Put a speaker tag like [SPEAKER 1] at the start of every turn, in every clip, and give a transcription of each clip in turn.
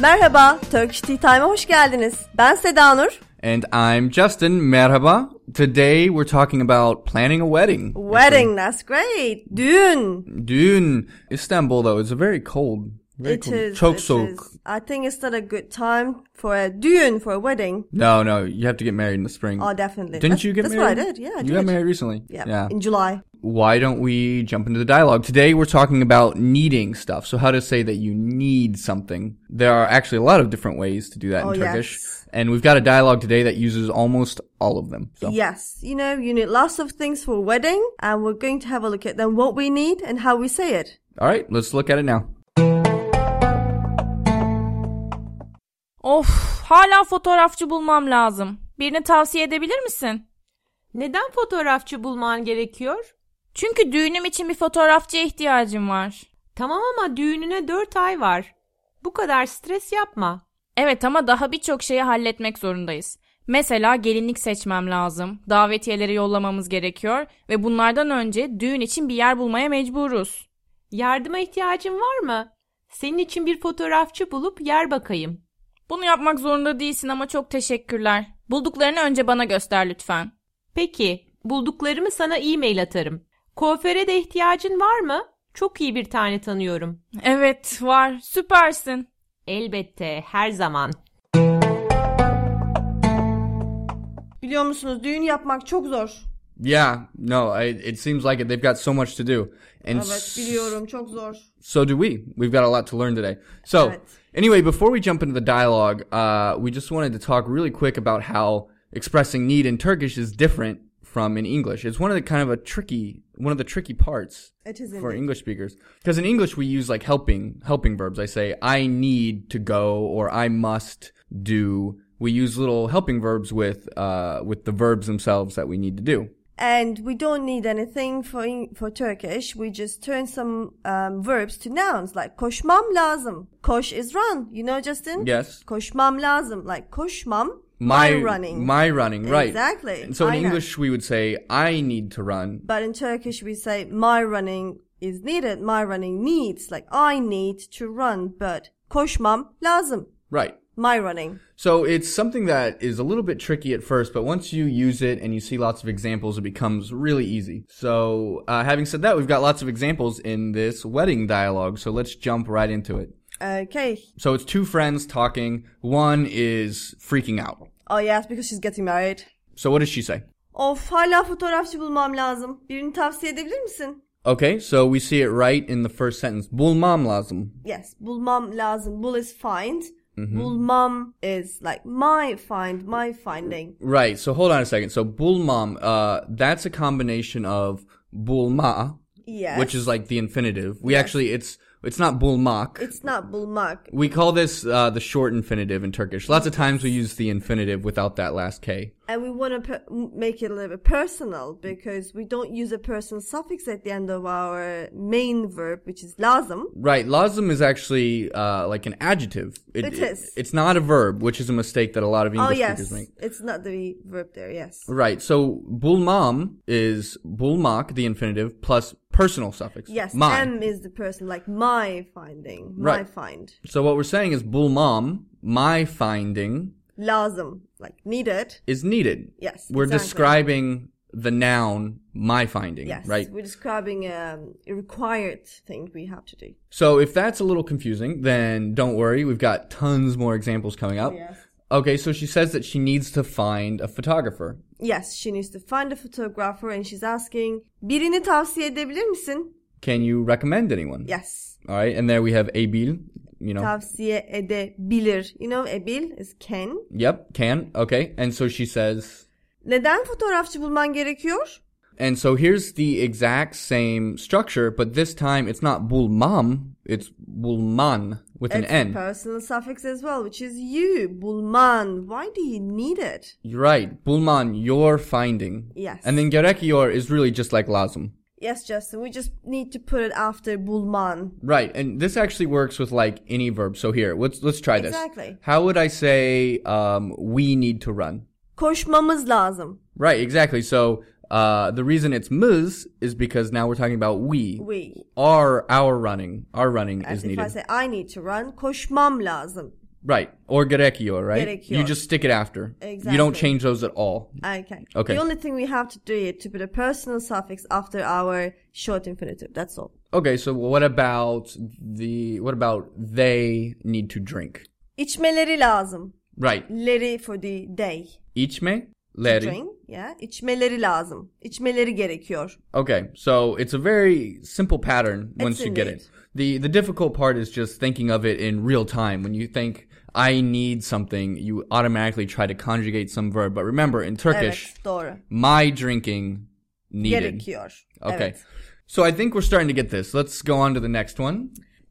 [SPEAKER 1] Merhaba, Turkish Tea Time'a hoş geldiniz. Ben Seda Nur.
[SPEAKER 2] And I'm Justin. Merhaba. Today we're talking about planning a wedding.
[SPEAKER 1] Wedding, that's great. Düğün.
[SPEAKER 2] Dün Istanbul though, it's very cold. Very
[SPEAKER 1] It
[SPEAKER 2] cold.
[SPEAKER 1] is,
[SPEAKER 2] Çok
[SPEAKER 1] it
[SPEAKER 2] soğuk.
[SPEAKER 1] is. I think it's not a good time for a düğün, for a wedding.
[SPEAKER 2] No, no, you have to get married in the spring.
[SPEAKER 1] Oh, definitely.
[SPEAKER 2] Hmm. Didn't
[SPEAKER 1] That's-
[SPEAKER 2] you get
[SPEAKER 1] that's
[SPEAKER 2] married?
[SPEAKER 1] what I did, yeah, I
[SPEAKER 2] you
[SPEAKER 1] did.
[SPEAKER 2] got married recently.
[SPEAKER 1] Yeah,
[SPEAKER 2] Yeah.
[SPEAKER 1] in July.
[SPEAKER 2] Why don't we jump into the dialogue? Today we're talking about needing stuff. So how to say that you need something. There are actually a lot of different ways to do that
[SPEAKER 1] Oh,
[SPEAKER 2] in Turkish.
[SPEAKER 1] yes.
[SPEAKER 2] And we've got a dialogue today that uses almost all of them. So
[SPEAKER 1] Yes, you know, you need lots of things for a wedding, and we're going to have a look at them, what we need and how we say it.
[SPEAKER 2] all right, let's look at it now.
[SPEAKER 3] Of, hala fotoğrafçı bulmam lazım. Birini tavsiye edebilir misin?
[SPEAKER 4] Neden fotoğrafçı bulman gerekiyor?
[SPEAKER 3] Çünkü düğünüm için bir fotoğrafçıya ihtiyacım var.
[SPEAKER 4] Tamam ama düğününe 4 ay var. Bu kadar stres yapma.
[SPEAKER 3] Evet ama daha birçok şeyi halletmek zorundayız. Mesela gelinlik seçmem lazım. Davetiyeleri yollamamız gerekiyor ve bunlardan önce düğün için bir yer bulmaya mecburuz.
[SPEAKER 4] Yardıma ihtiyacın var mı? Senin için bir fotoğrafçı bulup yer bakayım.
[SPEAKER 3] Bunu yapmak zorunda değilsin ama çok teşekkürler. Bulduklarını önce bana göster lütfen.
[SPEAKER 4] Peki, bulduklarımı sana e-mail atarım. Kuaföre de ihtiyacın var mı? Çok iyi bir tane tanıyorum.
[SPEAKER 3] Evet, var. Süpersin.
[SPEAKER 4] Elbette, her zaman.
[SPEAKER 1] Biliyor musunuz düğün yapmak çok zor.
[SPEAKER 2] Yeah, no, I, it seems like it. They've got so much to do. And
[SPEAKER 1] Evet, biliyorum çok zor.
[SPEAKER 2] so do we. We've got a lot to learn today. So,
[SPEAKER 1] Right.
[SPEAKER 2] anyway, before we jump into the dialogue, uh, we just wanted to talk really quick about how expressing need in Turkish is different from in English. It's one of the kind of a tricky, one of the tricky parts
[SPEAKER 1] It is
[SPEAKER 2] for
[SPEAKER 1] indeed.
[SPEAKER 2] English speakers. Because in English, we use like helping, helping verbs. I say, I need to go or I must do. We use little helping verbs with, uh, with the verbs themselves that we need to do.
[SPEAKER 1] and we don't need anything for in- for Turkish. We just turn some um, verbs to nouns like koşmam lazım. Koş is run, you know, Justin.
[SPEAKER 2] Yes.
[SPEAKER 1] Koşmam lazım, like koşmam.
[SPEAKER 2] my
[SPEAKER 1] running.
[SPEAKER 2] my running right
[SPEAKER 1] Exactly.
[SPEAKER 2] And so in
[SPEAKER 1] Aynen.
[SPEAKER 2] english we would say i need to run
[SPEAKER 1] But in Turkish, we say my running is needed. My running needs, like I need to run, but koşmam lazım.
[SPEAKER 2] right
[SPEAKER 1] My running.
[SPEAKER 2] so it's something that is a little bit tricky at first but once you use it and you see lots of examples it becomes really easy so uh, having said that we've got lots of examples in this wedding dialogue so let's jump right into it
[SPEAKER 1] Okay.
[SPEAKER 2] so it's two friends talking one is freaking out
[SPEAKER 1] Oh yes, because she's getting married.
[SPEAKER 2] so what does she say
[SPEAKER 1] Of hala fotoğrafçı bulmam lazım. Birini tavsiye edebilir misin?
[SPEAKER 2] okay so we see it right in the first sentence bulmam lazım
[SPEAKER 1] Yes, bulmam lazım. Bul is find.
[SPEAKER 2] Mm-hmm.
[SPEAKER 1] Bulmam is like my find, my finding.
[SPEAKER 2] Right. So hold on a second. So bulmam, uh, that's a combination of bulma,
[SPEAKER 1] Yes.
[SPEAKER 2] which is like the infinitive. We actually, it's it's not bulmak.
[SPEAKER 1] It's not bulmak.
[SPEAKER 2] we call this uh, the short infinitive in Turkish. Lots of times we use the infinitive without that last k.
[SPEAKER 1] And we want to per- m- make it a little bit personal because we don't use a person suffix at the end of our main verb, which is lazım.
[SPEAKER 2] Right. Lazım is actually uh, like an adjective.
[SPEAKER 1] It is.
[SPEAKER 2] It's not a verb, which is a mistake that a lot of
[SPEAKER 1] Oh,
[SPEAKER 2] English
[SPEAKER 1] yes.
[SPEAKER 2] speakers make.
[SPEAKER 1] It's not the verb there, yes.
[SPEAKER 2] Right. So bulmam is bulmak, the infinitive, plus personal suffix.
[SPEAKER 1] Yes,
[SPEAKER 2] my.
[SPEAKER 1] M is the person, like my finding, my
[SPEAKER 2] Right.
[SPEAKER 1] find.
[SPEAKER 2] so what we're saying is bulmam, my finding,
[SPEAKER 1] Lazım, like needed.
[SPEAKER 2] is needed.
[SPEAKER 1] Yes,
[SPEAKER 2] We're
[SPEAKER 1] exactly.
[SPEAKER 2] describing the noun my finding,
[SPEAKER 1] Yes,
[SPEAKER 2] right?
[SPEAKER 1] we're describing um, a required thing we have to do.
[SPEAKER 2] So if that's a little confusing, then don't worry. We've got tons more examples coming up.
[SPEAKER 1] Yes.
[SPEAKER 2] Okay, so she says that she needs to find a photographer.
[SPEAKER 1] Yes, she needs to find a photographer and she's asking, birini tavsiye edebilir misin?
[SPEAKER 2] Can you recommend anyone?
[SPEAKER 1] Yes.
[SPEAKER 2] All right, and there we have Abil, you know.
[SPEAKER 1] Tavsiye edebilir. You know, ebil is can.
[SPEAKER 2] Yep, can. Okay. And so she says
[SPEAKER 1] Neden fotoğrafçı bulman gerekiyor?
[SPEAKER 2] and so here's the exact same structure, but this time it's not bulmam, it's bulman with an
[SPEAKER 1] It's
[SPEAKER 2] N.
[SPEAKER 1] personal suffix as well, which is you, bulman. Why do you need it?
[SPEAKER 2] You're right. Bulman, your finding.
[SPEAKER 1] Yes.
[SPEAKER 2] And then gerekiyor is really just like lazım.
[SPEAKER 1] Yes, Justin, we just need to put it after bulman.
[SPEAKER 2] Right. And this actually works with like any verb. So here, let's let's try this.
[SPEAKER 1] Exactly.
[SPEAKER 2] How would I say um, we need to run?
[SPEAKER 1] Koşmamız lazım.
[SPEAKER 2] Right, exactly. So uh, the reason it's ms is because now we're talking about we.
[SPEAKER 1] We.
[SPEAKER 2] Our our running. Our running
[SPEAKER 1] As
[SPEAKER 2] is
[SPEAKER 1] if I
[SPEAKER 2] needed.
[SPEAKER 1] say I need to run, koşmam lazım.
[SPEAKER 2] Right. Or gerekiyor, right?
[SPEAKER 1] Gerekiyor.
[SPEAKER 2] You just stick it after. You
[SPEAKER 1] Exactly.
[SPEAKER 2] don't change those at all.
[SPEAKER 1] Okay.
[SPEAKER 2] Okay.
[SPEAKER 1] The only thing we have to do is to put a personal suffix after our short infinitive. That's all.
[SPEAKER 2] Okay, so what about the what about they need to drink?
[SPEAKER 1] İçmeleri lazım.
[SPEAKER 2] Right.
[SPEAKER 1] Leri for the day.
[SPEAKER 2] İçme, leri.
[SPEAKER 1] Drink. Yeah. İçmeleri lazım. İçmeleri gerekiyor.
[SPEAKER 2] Okay, so it's a very simple pattern once you get
[SPEAKER 1] indeed.
[SPEAKER 2] it. The the difficult part is just thinking of it in real time. When you think I need something, you automatically try to conjugate some verb. But remember, in Turkish,
[SPEAKER 1] Evet, doğru.
[SPEAKER 2] my drinking needed.
[SPEAKER 1] Gerekiyor.
[SPEAKER 2] Okay.
[SPEAKER 1] Evet.
[SPEAKER 2] So I think we're starting to get this. Let's go on to the next one.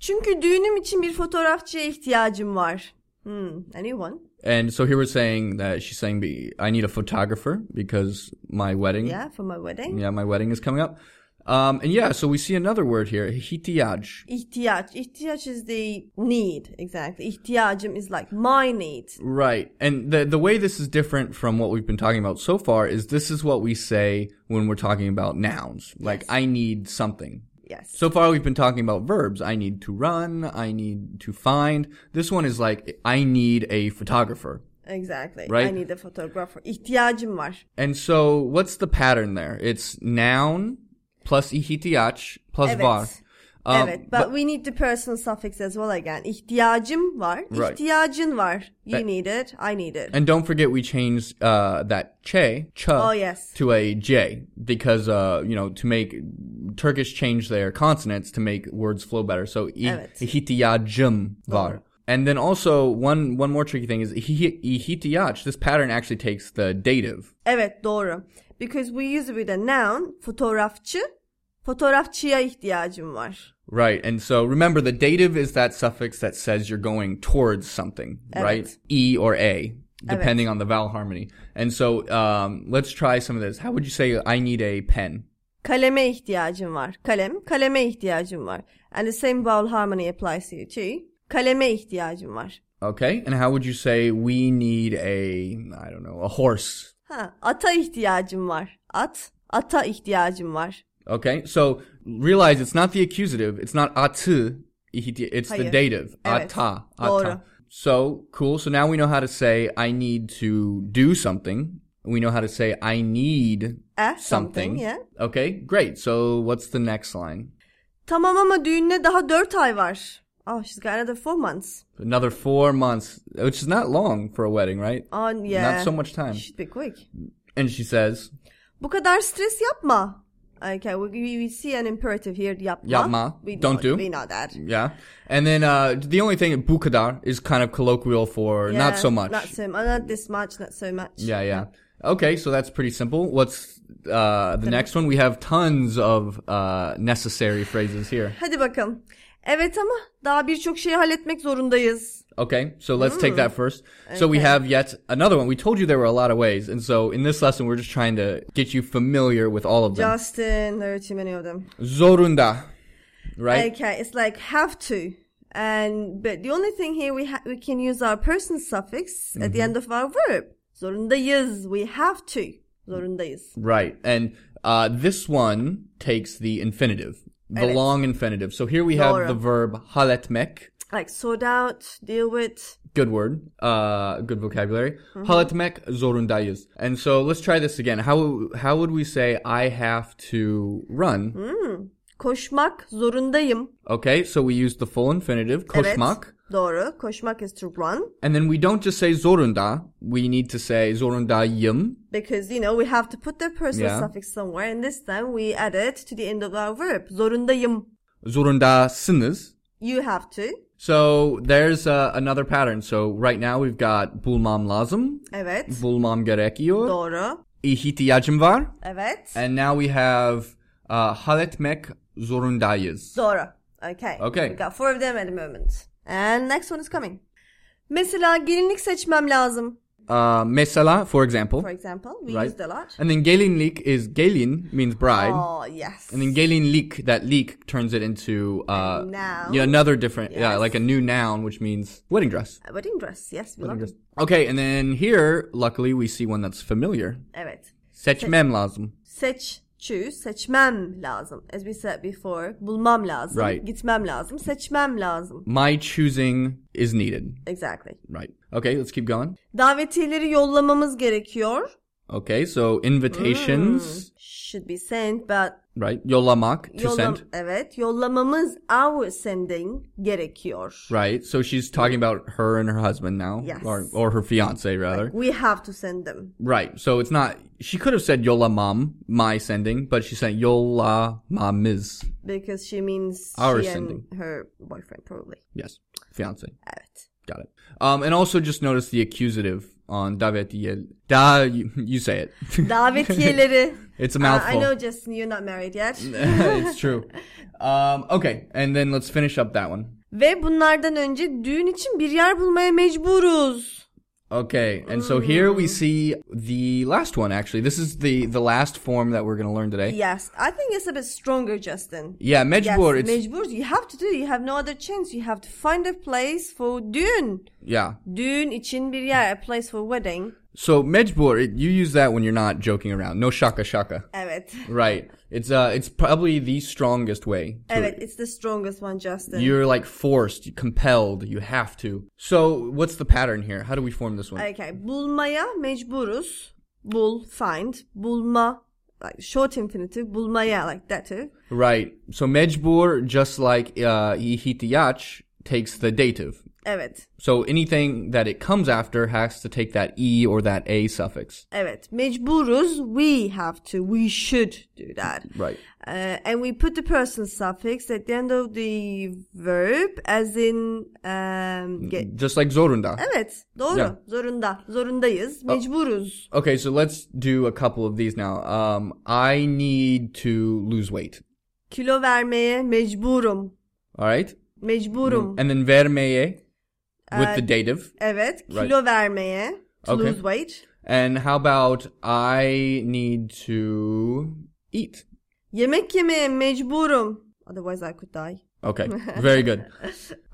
[SPEAKER 1] Çünkü düğünüm için bir fotoğrafçıya ihtiyacım var. Hmm, anyone?
[SPEAKER 2] And so here we're saying that she's saying be, I need a photographer because my wedding.
[SPEAKER 1] Yeah, for my wedding.
[SPEAKER 2] Yeah, my wedding is coming up. Um, and yeah, so we see another word here, hitiyaj.
[SPEAKER 1] İhtiyaç. İhtiyaç is the need. Exactly. İhtiyacım is like my need.
[SPEAKER 2] Right. And the the way this is different from what we've been talking about so far is this is what we say when we're talking about nouns. Like I need something.
[SPEAKER 1] Yes.
[SPEAKER 2] So far we've been talking about verbs. I need to run, I need to find. This one is like I need a photographer.
[SPEAKER 1] Exactly.
[SPEAKER 2] Right.
[SPEAKER 1] I need a photographer. İhtiyacım var.
[SPEAKER 2] And so what's the pattern there? It's noun plus ihtiyaç plus
[SPEAKER 1] Evet.
[SPEAKER 2] var. Um,
[SPEAKER 1] evet, but, we need the personal suffix as well again. İhtiyacım var.
[SPEAKER 2] Right.
[SPEAKER 1] İhtiyacın var. You
[SPEAKER 2] Ve-
[SPEAKER 1] need it. I need it.
[SPEAKER 2] And don't forget, we changed uh, that che, ch,
[SPEAKER 1] Oh, yes.
[SPEAKER 2] to a j because uh, you know to make Turkish change their consonants to make words flow better. So i-
[SPEAKER 1] Evet.
[SPEAKER 2] ihtiyacım var. And then also one one more tricky thing is ihi- ihtiyaç. This pattern actually takes the dative.
[SPEAKER 1] Evet, doğru. Because we use it with a noun, fotoğrafçı. Fotoğrafçıya ihtiyacım var.
[SPEAKER 2] Right, and so remember the dative is that suffix that says you're going towards something, right? E or A, depending on the vowel harmony. And so um, let's try some of this. How would you say I need a pen?
[SPEAKER 1] Kaleme ihtiyacım var. Kalem, kaleme ihtiyacım var. And the same vowel harmony applies to you too. Kaleme ihtiyacım var.
[SPEAKER 2] Okay, and how would you say we need a I don't know a horse?
[SPEAKER 1] Ha, ata ihtiyacım var. At, ata ihtiyacım var.
[SPEAKER 2] Okay, so realize it's not the accusative, it's not atı, ihiti- it's the
[SPEAKER 1] Hayır.
[SPEAKER 2] dative
[SPEAKER 1] Evet,
[SPEAKER 2] ata
[SPEAKER 1] doğru.
[SPEAKER 2] ata. So cool. So now we know how to say I need to do something. We know how to say I need
[SPEAKER 1] E, something,
[SPEAKER 2] something.
[SPEAKER 1] yeah.
[SPEAKER 2] Okay, great. So what's the next line?
[SPEAKER 1] Tamam ama düğününe daha dört ay var. Oh, she's got another four months.
[SPEAKER 2] Another four months, which is not long for a wedding, right?
[SPEAKER 1] On yeah.
[SPEAKER 2] Not so much time.
[SPEAKER 1] Should be quick.
[SPEAKER 2] And she says,
[SPEAKER 1] Bu kadar stres yapma. Okay, we, we, we see an imperative here. Yapma.
[SPEAKER 2] Yapma.
[SPEAKER 1] We
[SPEAKER 2] Don't
[SPEAKER 1] know,
[SPEAKER 2] do.
[SPEAKER 1] We know that.
[SPEAKER 2] Yeah. And then uh, the only thing, bukadar, is kind of colloquial for
[SPEAKER 1] Yeah,
[SPEAKER 2] not so much.
[SPEAKER 1] Not so much. Not this much. Not so much.
[SPEAKER 2] yeah, yeah. Okay, so that's pretty simple. What's uh, the next one? We have tons of uh, necessary phrases here.
[SPEAKER 1] Hadi bakalım. Evet ama daha birçok şeyi halletmek zorundayız.
[SPEAKER 2] Okay, so let's take
[SPEAKER 1] Mm.
[SPEAKER 2] that first. So we have yet another one. We told you there were a lot of ways. And so in this lesson, we're just trying to get you familiar with all of them.
[SPEAKER 1] Justin, there are too many of them.
[SPEAKER 2] Zorunda, right?
[SPEAKER 1] Okay, it's like have to. And but the only thing here we ha- we can use our person suffix at
[SPEAKER 2] Mm-hmm.
[SPEAKER 1] the end of our verb. Zorundayız. We have to. Zorundayız.
[SPEAKER 2] Right. And uh, this one takes the infinitive, the
[SPEAKER 1] Evet.
[SPEAKER 2] long infinitive. So here we have
[SPEAKER 1] Doğru.
[SPEAKER 2] the verb haletmek.
[SPEAKER 1] Like sort out, deal with.
[SPEAKER 2] Good word. Uh, good vocabulary. Haletmek zorundayız. And so let's try this again. How how would we say I have to run?
[SPEAKER 1] Koşmak zorundayım.
[SPEAKER 2] Okay, so we use the full infinitive, koşmak.
[SPEAKER 1] Evet, doğru. Koşmak is to run.
[SPEAKER 2] And then we don't just say zorunda. We need to say zorundayım.
[SPEAKER 1] Because you know we have to put the personal
[SPEAKER 2] Yeah.
[SPEAKER 1] suffix somewhere and this time we add it to the end of our verb. Zorundayım.
[SPEAKER 2] Zorundasınız.
[SPEAKER 1] You have to.
[SPEAKER 2] So there's uh, another pattern. So right now we've got bulmam lazım.
[SPEAKER 1] Evet.
[SPEAKER 2] Bulmam gerekiyor.
[SPEAKER 1] doğru.
[SPEAKER 2] İhtiyacım var.
[SPEAKER 1] Evet.
[SPEAKER 2] And now we have uh, halletmek zorundayız.
[SPEAKER 1] doğru. Okay.
[SPEAKER 2] Okay.
[SPEAKER 1] We got four of them at the moment. And next one is coming. Mesela gelinlik seçmem lazım.
[SPEAKER 2] Uh, mesela, for example.
[SPEAKER 1] For example, we
[SPEAKER 2] Right.
[SPEAKER 1] used a lot.
[SPEAKER 2] And then gelinlik is gelin means bride.
[SPEAKER 1] Oh yes.
[SPEAKER 2] And then gelinlik, that leek turns it into uh,
[SPEAKER 1] A noun.
[SPEAKER 2] yeah, another different, yeah,
[SPEAKER 1] Yes.
[SPEAKER 2] like a new noun, which means wedding dress.
[SPEAKER 1] A wedding dress. Yes, we love it.
[SPEAKER 2] Okay, and then here, luckily, we see one that's familiar.
[SPEAKER 1] Evet.
[SPEAKER 2] Seçmem lazım.
[SPEAKER 1] Seç choose seçmem lazım. As we said before, bulmam lazım,
[SPEAKER 2] Right.
[SPEAKER 1] gitmem lazım, seçmem lazım.
[SPEAKER 2] My choosing is needed.
[SPEAKER 1] Exactly.
[SPEAKER 2] Right. Okay, let's keep going.
[SPEAKER 1] Davetiyeleri yollamamız gerekiyor.
[SPEAKER 2] Okay, so
[SPEAKER 1] Mm.
[SPEAKER 2] invitations,
[SPEAKER 1] Should be sent but
[SPEAKER 2] right? Yollamak, to
[SPEAKER 1] yollam
[SPEAKER 2] send.
[SPEAKER 1] evet yollamamız our sending gerekiyor.
[SPEAKER 2] Right. So she's talking about her and her husband now.
[SPEAKER 1] Yes.
[SPEAKER 2] Or, or her fiance, rather.
[SPEAKER 1] We have to send them.
[SPEAKER 2] Right. So it's not, she could have said yola mom, my sending, but she said yola mom is.
[SPEAKER 1] Because she means
[SPEAKER 2] Our
[SPEAKER 1] she
[SPEAKER 2] sending.
[SPEAKER 1] and her boyfriend probably.
[SPEAKER 2] Yes. Fiance.
[SPEAKER 1] Evet.
[SPEAKER 2] Got it. Um, and also just notice the accusative on davetiel. Da, you, you say it.
[SPEAKER 1] Davetiyeleri.
[SPEAKER 2] it's a
[SPEAKER 1] Uh, I
[SPEAKER 2] mouthful.
[SPEAKER 1] know Justin you're not married yet.
[SPEAKER 2] it's true. Um, okay. And then let's finish up that one.
[SPEAKER 1] Ve bunlardan önce düğün için bir yer bulmaya mecburuz.
[SPEAKER 2] Okay, and so here
[SPEAKER 1] Mm.
[SPEAKER 2] we see the last one actually. This is the the last form that we're going to learn today.
[SPEAKER 1] Yes, I think it's a bit stronger Justin.
[SPEAKER 2] Yeah,
[SPEAKER 1] Yes,
[SPEAKER 2] mecbur. it's
[SPEAKER 1] mecburuz. You have to do. You have no other chance. You have to find a place for düğün.
[SPEAKER 2] yeah.
[SPEAKER 1] Düğün için bir yer, a place for wedding.
[SPEAKER 2] So mecbur, it, you use that when you're not joking around. No shaka shaka.
[SPEAKER 1] Evet.
[SPEAKER 2] Right. It's uh it's probably the strongest way. to
[SPEAKER 1] Evet,
[SPEAKER 2] it.
[SPEAKER 1] it's the strongest one Justin.
[SPEAKER 2] You're like forced, compelled, you have to. So, what's the pattern here? How do we form this one?
[SPEAKER 1] Okay. Bulmaya mecburuz. Bul, find. Bulma. Like short infinitive. Bulmaya like that too.
[SPEAKER 2] right. So mecbur just like uh ihtiyaç takes the dative.
[SPEAKER 1] Evet.
[SPEAKER 2] So anything that it comes after has to take that e or that a suffix.
[SPEAKER 1] Evet. Mecburuz. We have to. We should do that.
[SPEAKER 2] Right.
[SPEAKER 1] Uh, and we put the person suffix at the end of the verb as in um, ge-
[SPEAKER 2] Just like zorunda.
[SPEAKER 1] Evet, doğru.
[SPEAKER 2] Yeah.
[SPEAKER 1] Zorunda. Zorundayız. Mecburuz.
[SPEAKER 2] Okay, so let's do a couple of these now. Um, I need to lose weight.
[SPEAKER 1] Kilo vermeye mecburum.
[SPEAKER 2] All right.
[SPEAKER 1] Mecburum.
[SPEAKER 2] And then vermeye with
[SPEAKER 1] Uh,
[SPEAKER 2] the dative.
[SPEAKER 1] Evet, kilo
[SPEAKER 2] Right.
[SPEAKER 1] vermeye. To
[SPEAKER 2] Okay.
[SPEAKER 1] lose weight.
[SPEAKER 2] And how about I need to eat?
[SPEAKER 1] Yemek yemeye mecburum. Otherwise I could die.
[SPEAKER 2] Okay, very good.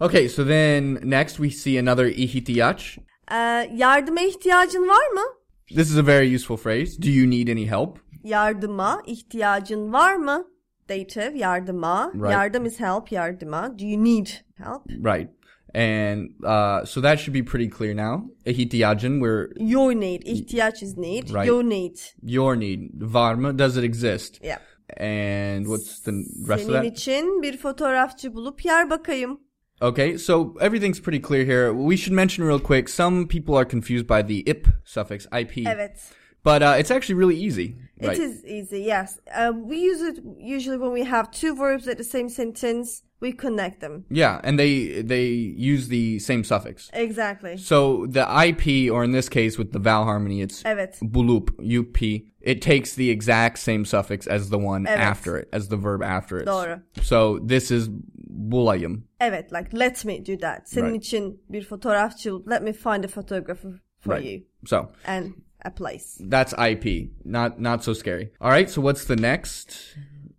[SPEAKER 2] Okay, so then next we see another ihtiyaç.
[SPEAKER 1] Ee, yardıma ihtiyacın var mı?
[SPEAKER 2] This is a very useful phrase. Do you need any help?
[SPEAKER 1] Yardıma ihtiyacın var mı? Dative, yardıma.
[SPEAKER 2] Right.
[SPEAKER 1] Yardım is help, yardıma. Do you need help?
[SPEAKER 2] Right. And uh, so that should be pretty clear now. İhtiyacın, where
[SPEAKER 1] You need, ihtiyaç is need.
[SPEAKER 2] Right.
[SPEAKER 1] You need.
[SPEAKER 2] your need. Var mı? Does it exist?
[SPEAKER 1] Yeah.
[SPEAKER 2] And what's the rest
[SPEAKER 1] Senin
[SPEAKER 2] of that?
[SPEAKER 1] için bir fotoğrafçı bulup yer bakayım.
[SPEAKER 2] Okay, so everything's pretty clear here. We should mention real quick, some people are confused by the ip suffix, ip.
[SPEAKER 1] Evet.
[SPEAKER 2] But uh, it's actually really easy.
[SPEAKER 1] It is
[SPEAKER 2] right?
[SPEAKER 1] easy, yes. Um, we use it usually when we have two verbs at the same sentence, we connect them.
[SPEAKER 2] Yeah, and they they use the same suffix.
[SPEAKER 1] Exactly.
[SPEAKER 2] So the ip, or in this case with the vowel harmony, it's
[SPEAKER 1] Evet.
[SPEAKER 2] bulup, up. It takes the exact same suffix as the one
[SPEAKER 1] Evet.
[SPEAKER 2] after it, as the verb after it.
[SPEAKER 1] Doğru.
[SPEAKER 2] So this is bulayım.
[SPEAKER 1] Evet, like let me do that. Senin
[SPEAKER 2] Right.
[SPEAKER 1] için bir fotoğrafçı bulup let me find a photographer for
[SPEAKER 2] Right.
[SPEAKER 1] you
[SPEAKER 2] So
[SPEAKER 1] and a place.
[SPEAKER 2] that's ip. Not not so scary. All right. So what's the next?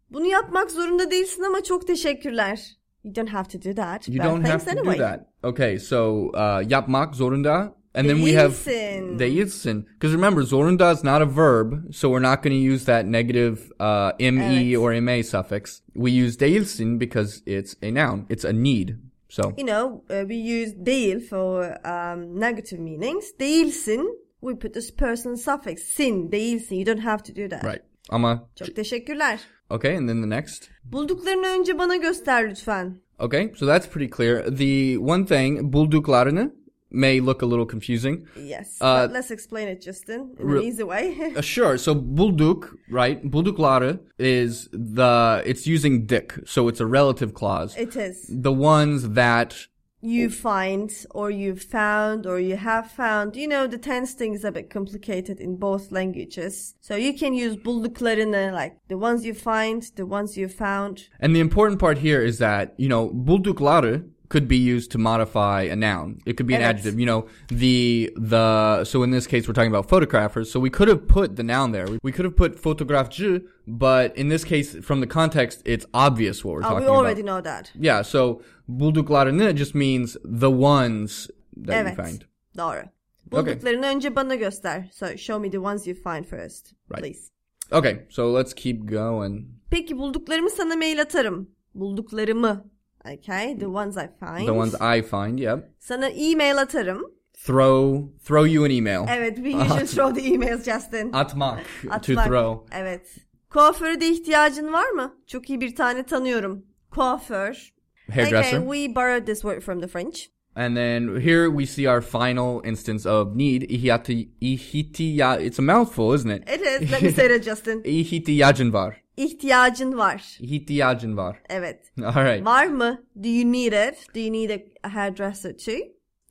[SPEAKER 1] Bunu yapmak zorunda değilsin ama çok teşekkürler. You don't have to do that.
[SPEAKER 2] You
[SPEAKER 1] but
[SPEAKER 2] don't have
[SPEAKER 1] thanks
[SPEAKER 2] to
[SPEAKER 1] anyway.
[SPEAKER 2] do that. Okay, so uh, yapmak zorunda, and then we have
[SPEAKER 1] Değilsin.
[SPEAKER 2] değilsin. Because remember, zorunda is not a verb, so we're not going to use that negative uh, me
[SPEAKER 1] Evet.
[SPEAKER 2] or ma suffix. We use değilsin because it's a noun. It's a need. So
[SPEAKER 1] You know, uh, we use değil for um, negative meanings. Değilsin, we put this person suffix. Sin, değilsin. You don't have to do that.
[SPEAKER 2] right. Ama
[SPEAKER 1] Çok teşekkürler.
[SPEAKER 2] okay, and then the next.
[SPEAKER 1] Bulduklarını önce bana göster lütfen.
[SPEAKER 2] Okay, so that's pretty clear. The one thing bulduklarını may look a little confusing.
[SPEAKER 1] Yes.
[SPEAKER 2] Uh,
[SPEAKER 1] but let's explain it Justin in an
[SPEAKER 2] Re-
[SPEAKER 1] easy way.
[SPEAKER 2] Uh, sure. So bulduk, right? Bulduklare is the it's using dick, so it's a relative clause.
[SPEAKER 1] it is.
[SPEAKER 2] the ones that
[SPEAKER 1] You find or you found or you have found. You know the tense thing is a bit complicated in both languages. So you can use bulduklarını like the ones you find, the ones you found.
[SPEAKER 2] and the important part here is that you know bulduklare could be used to modify a noun it could be an
[SPEAKER 1] Evet.
[SPEAKER 2] adjective you know the the so in this case we're talking about photographers so we could have put the noun there we, we could have put photografçı but in this case from the context it's obvious what we're
[SPEAKER 1] Uh,
[SPEAKER 2] talking
[SPEAKER 1] we already
[SPEAKER 2] about
[SPEAKER 1] know that.
[SPEAKER 2] yeah so bulduklarini just means the ones that
[SPEAKER 1] Evet.
[SPEAKER 2] you find
[SPEAKER 1] Doğru. Bulduklarını önce bana göster. So show me the ones you find first.
[SPEAKER 2] Right.
[SPEAKER 1] Please.
[SPEAKER 2] Okay, so let's keep going.
[SPEAKER 1] Peki bulduklarımı sana mail atarım. Bulduklarımı. Okay, the ones I find.
[SPEAKER 2] The ones I find, yep.
[SPEAKER 1] Sana e-mail atarım.
[SPEAKER 2] Throw throw you an email.
[SPEAKER 1] Evet, we usually throw the emails Justin.
[SPEAKER 2] Atmak, Ah, to
[SPEAKER 1] Atmak.
[SPEAKER 2] throw.
[SPEAKER 1] Evet. Kuaföre de ihtiyacın var mı? Çok iyi bir tane tanıyorum. Kuaför.
[SPEAKER 2] Hairdresser.
[SPEAKER 1] Okay, we borrowed this word from the French.
[SPEAKER 2] And then here we see our final instance of need. Ihiyati, ihitiya, it's a mouthful, isn't it?
[SPEAKER 1] It is. Let me say it Justin.
[SPEAKER 2] İhtiyacın var.
[SPEAKER 1] İhtiyacın var.
[SPEAKER 2] İhtiyacın var.
[SPEAKER 1] Evet.
[SPEAKER 2] All right.
[SPEAKER 1] Var mı? Do you need it? Do you need a- a hairdresser too?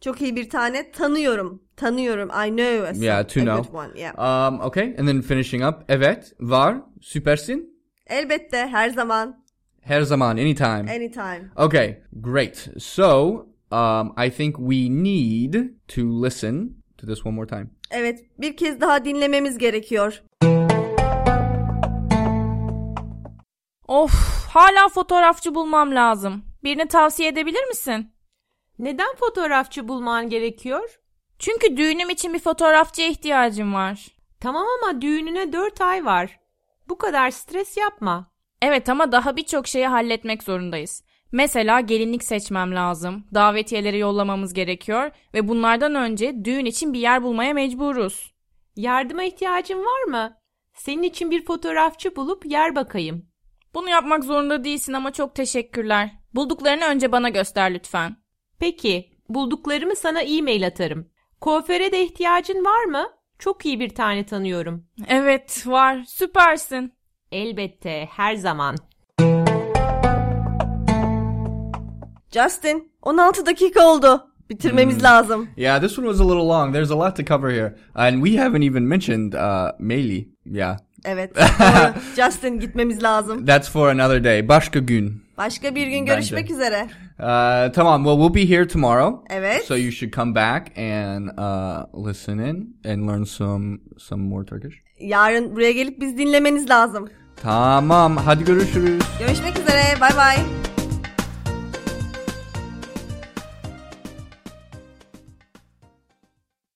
[SPEAKER 1] Çok iyi bir tane tanıyorum. Tanıyorum. I know a,
[SPEAKER 2] Yeah, to
[SPEAKER 1] a
[SPEAKER 2] know.
[SPEAKER 1] good one. Yeah.
[SPEAKER 2] Um, okay. And then finishing up. Evet, var, süpersin.
[SPEAKER 1] Elbette her zaman
[SPEAKER 2] Her zaman, anytime.
[SPEAKER 1] anytime.
[SPEAKER 2] Okay, great. So, um, I think we need to listen to this one more time.
[SPEAKER 1] Evet, bir kez daha dinlememiz gerekiyor.
[SPEAKER 3] Of, hala fotoğrafçı bulmam lazım. Birini tavsiye edebilir misin?
[SPEAKER 4] Neden fotoğrafçı bulman gerekiyor?
[SPEAKER 3] Çünkü düğünüm için bir fotoğrafçıya ihtiyacım var.
[SPEAKER 4] Tamam ama düğününe 4 ay var. Bu kadar stres yapma.
[SPEAKER 3] Evet ama daha birçok şeyi halletmek zorundayız. Mesela gelinlik seçmem lazım. Davetiyeleri yollamamız gerekiyor ve bunlardan önce düğün için bir yer bulmaya mecburuz.
[SPEAKER 4] Yardıma ihtiyacın var mı? Senin için bir fotoğrafçı bulup yer bakayım.
[SPEAKER 3] Bunu yapmak zorunda değilsin ama çok teşekkürler. Bulduklarını önce bana göster lütfen.
[SPEAKER 4] Peki, bulduklarımı sana e-mail atarım. Kuaföre de ihtiyacın var mı? Çok iyi bir tane tanıyorum.
[SPEAKER 3] Evet, var. Süpersin.
[SPEAKER 4] Elbette, her zaman.
[SPEAKER 1] Justin, 16 dakika oldu. Bitirmemiz
[SPEAKER 2] Hmm.
[SPEAKER 1] lazım.
[SPEAKER 2] Yeah, this one was a little long. There's a lot to cover here. And we haven't even mentioned, uh, Meili. Yeah.
[SPEAKER 1] Evet. doğru. Justin gitmemiz lazım.
[SPEAKER 2] That's for another day. Başka gün.
[SPEAKER 1] Başka bir gün görüşmek üzere.
[SPEAKER 2] Uh, tamam. Well, we'll be here tomorrow.
[SPEAKER 1] Evet.
[SPEAKER 2] So you should come back and uh, listen in and learn some some more Turkish.
[SPEAKER 1] Yarın buraya gelip biz dinlemeniz lazım.
[SPEAKER 2] Tamam. Hadi görüşürüz.
[SPEAKER 1] Görüşmek üzere. Bay bay.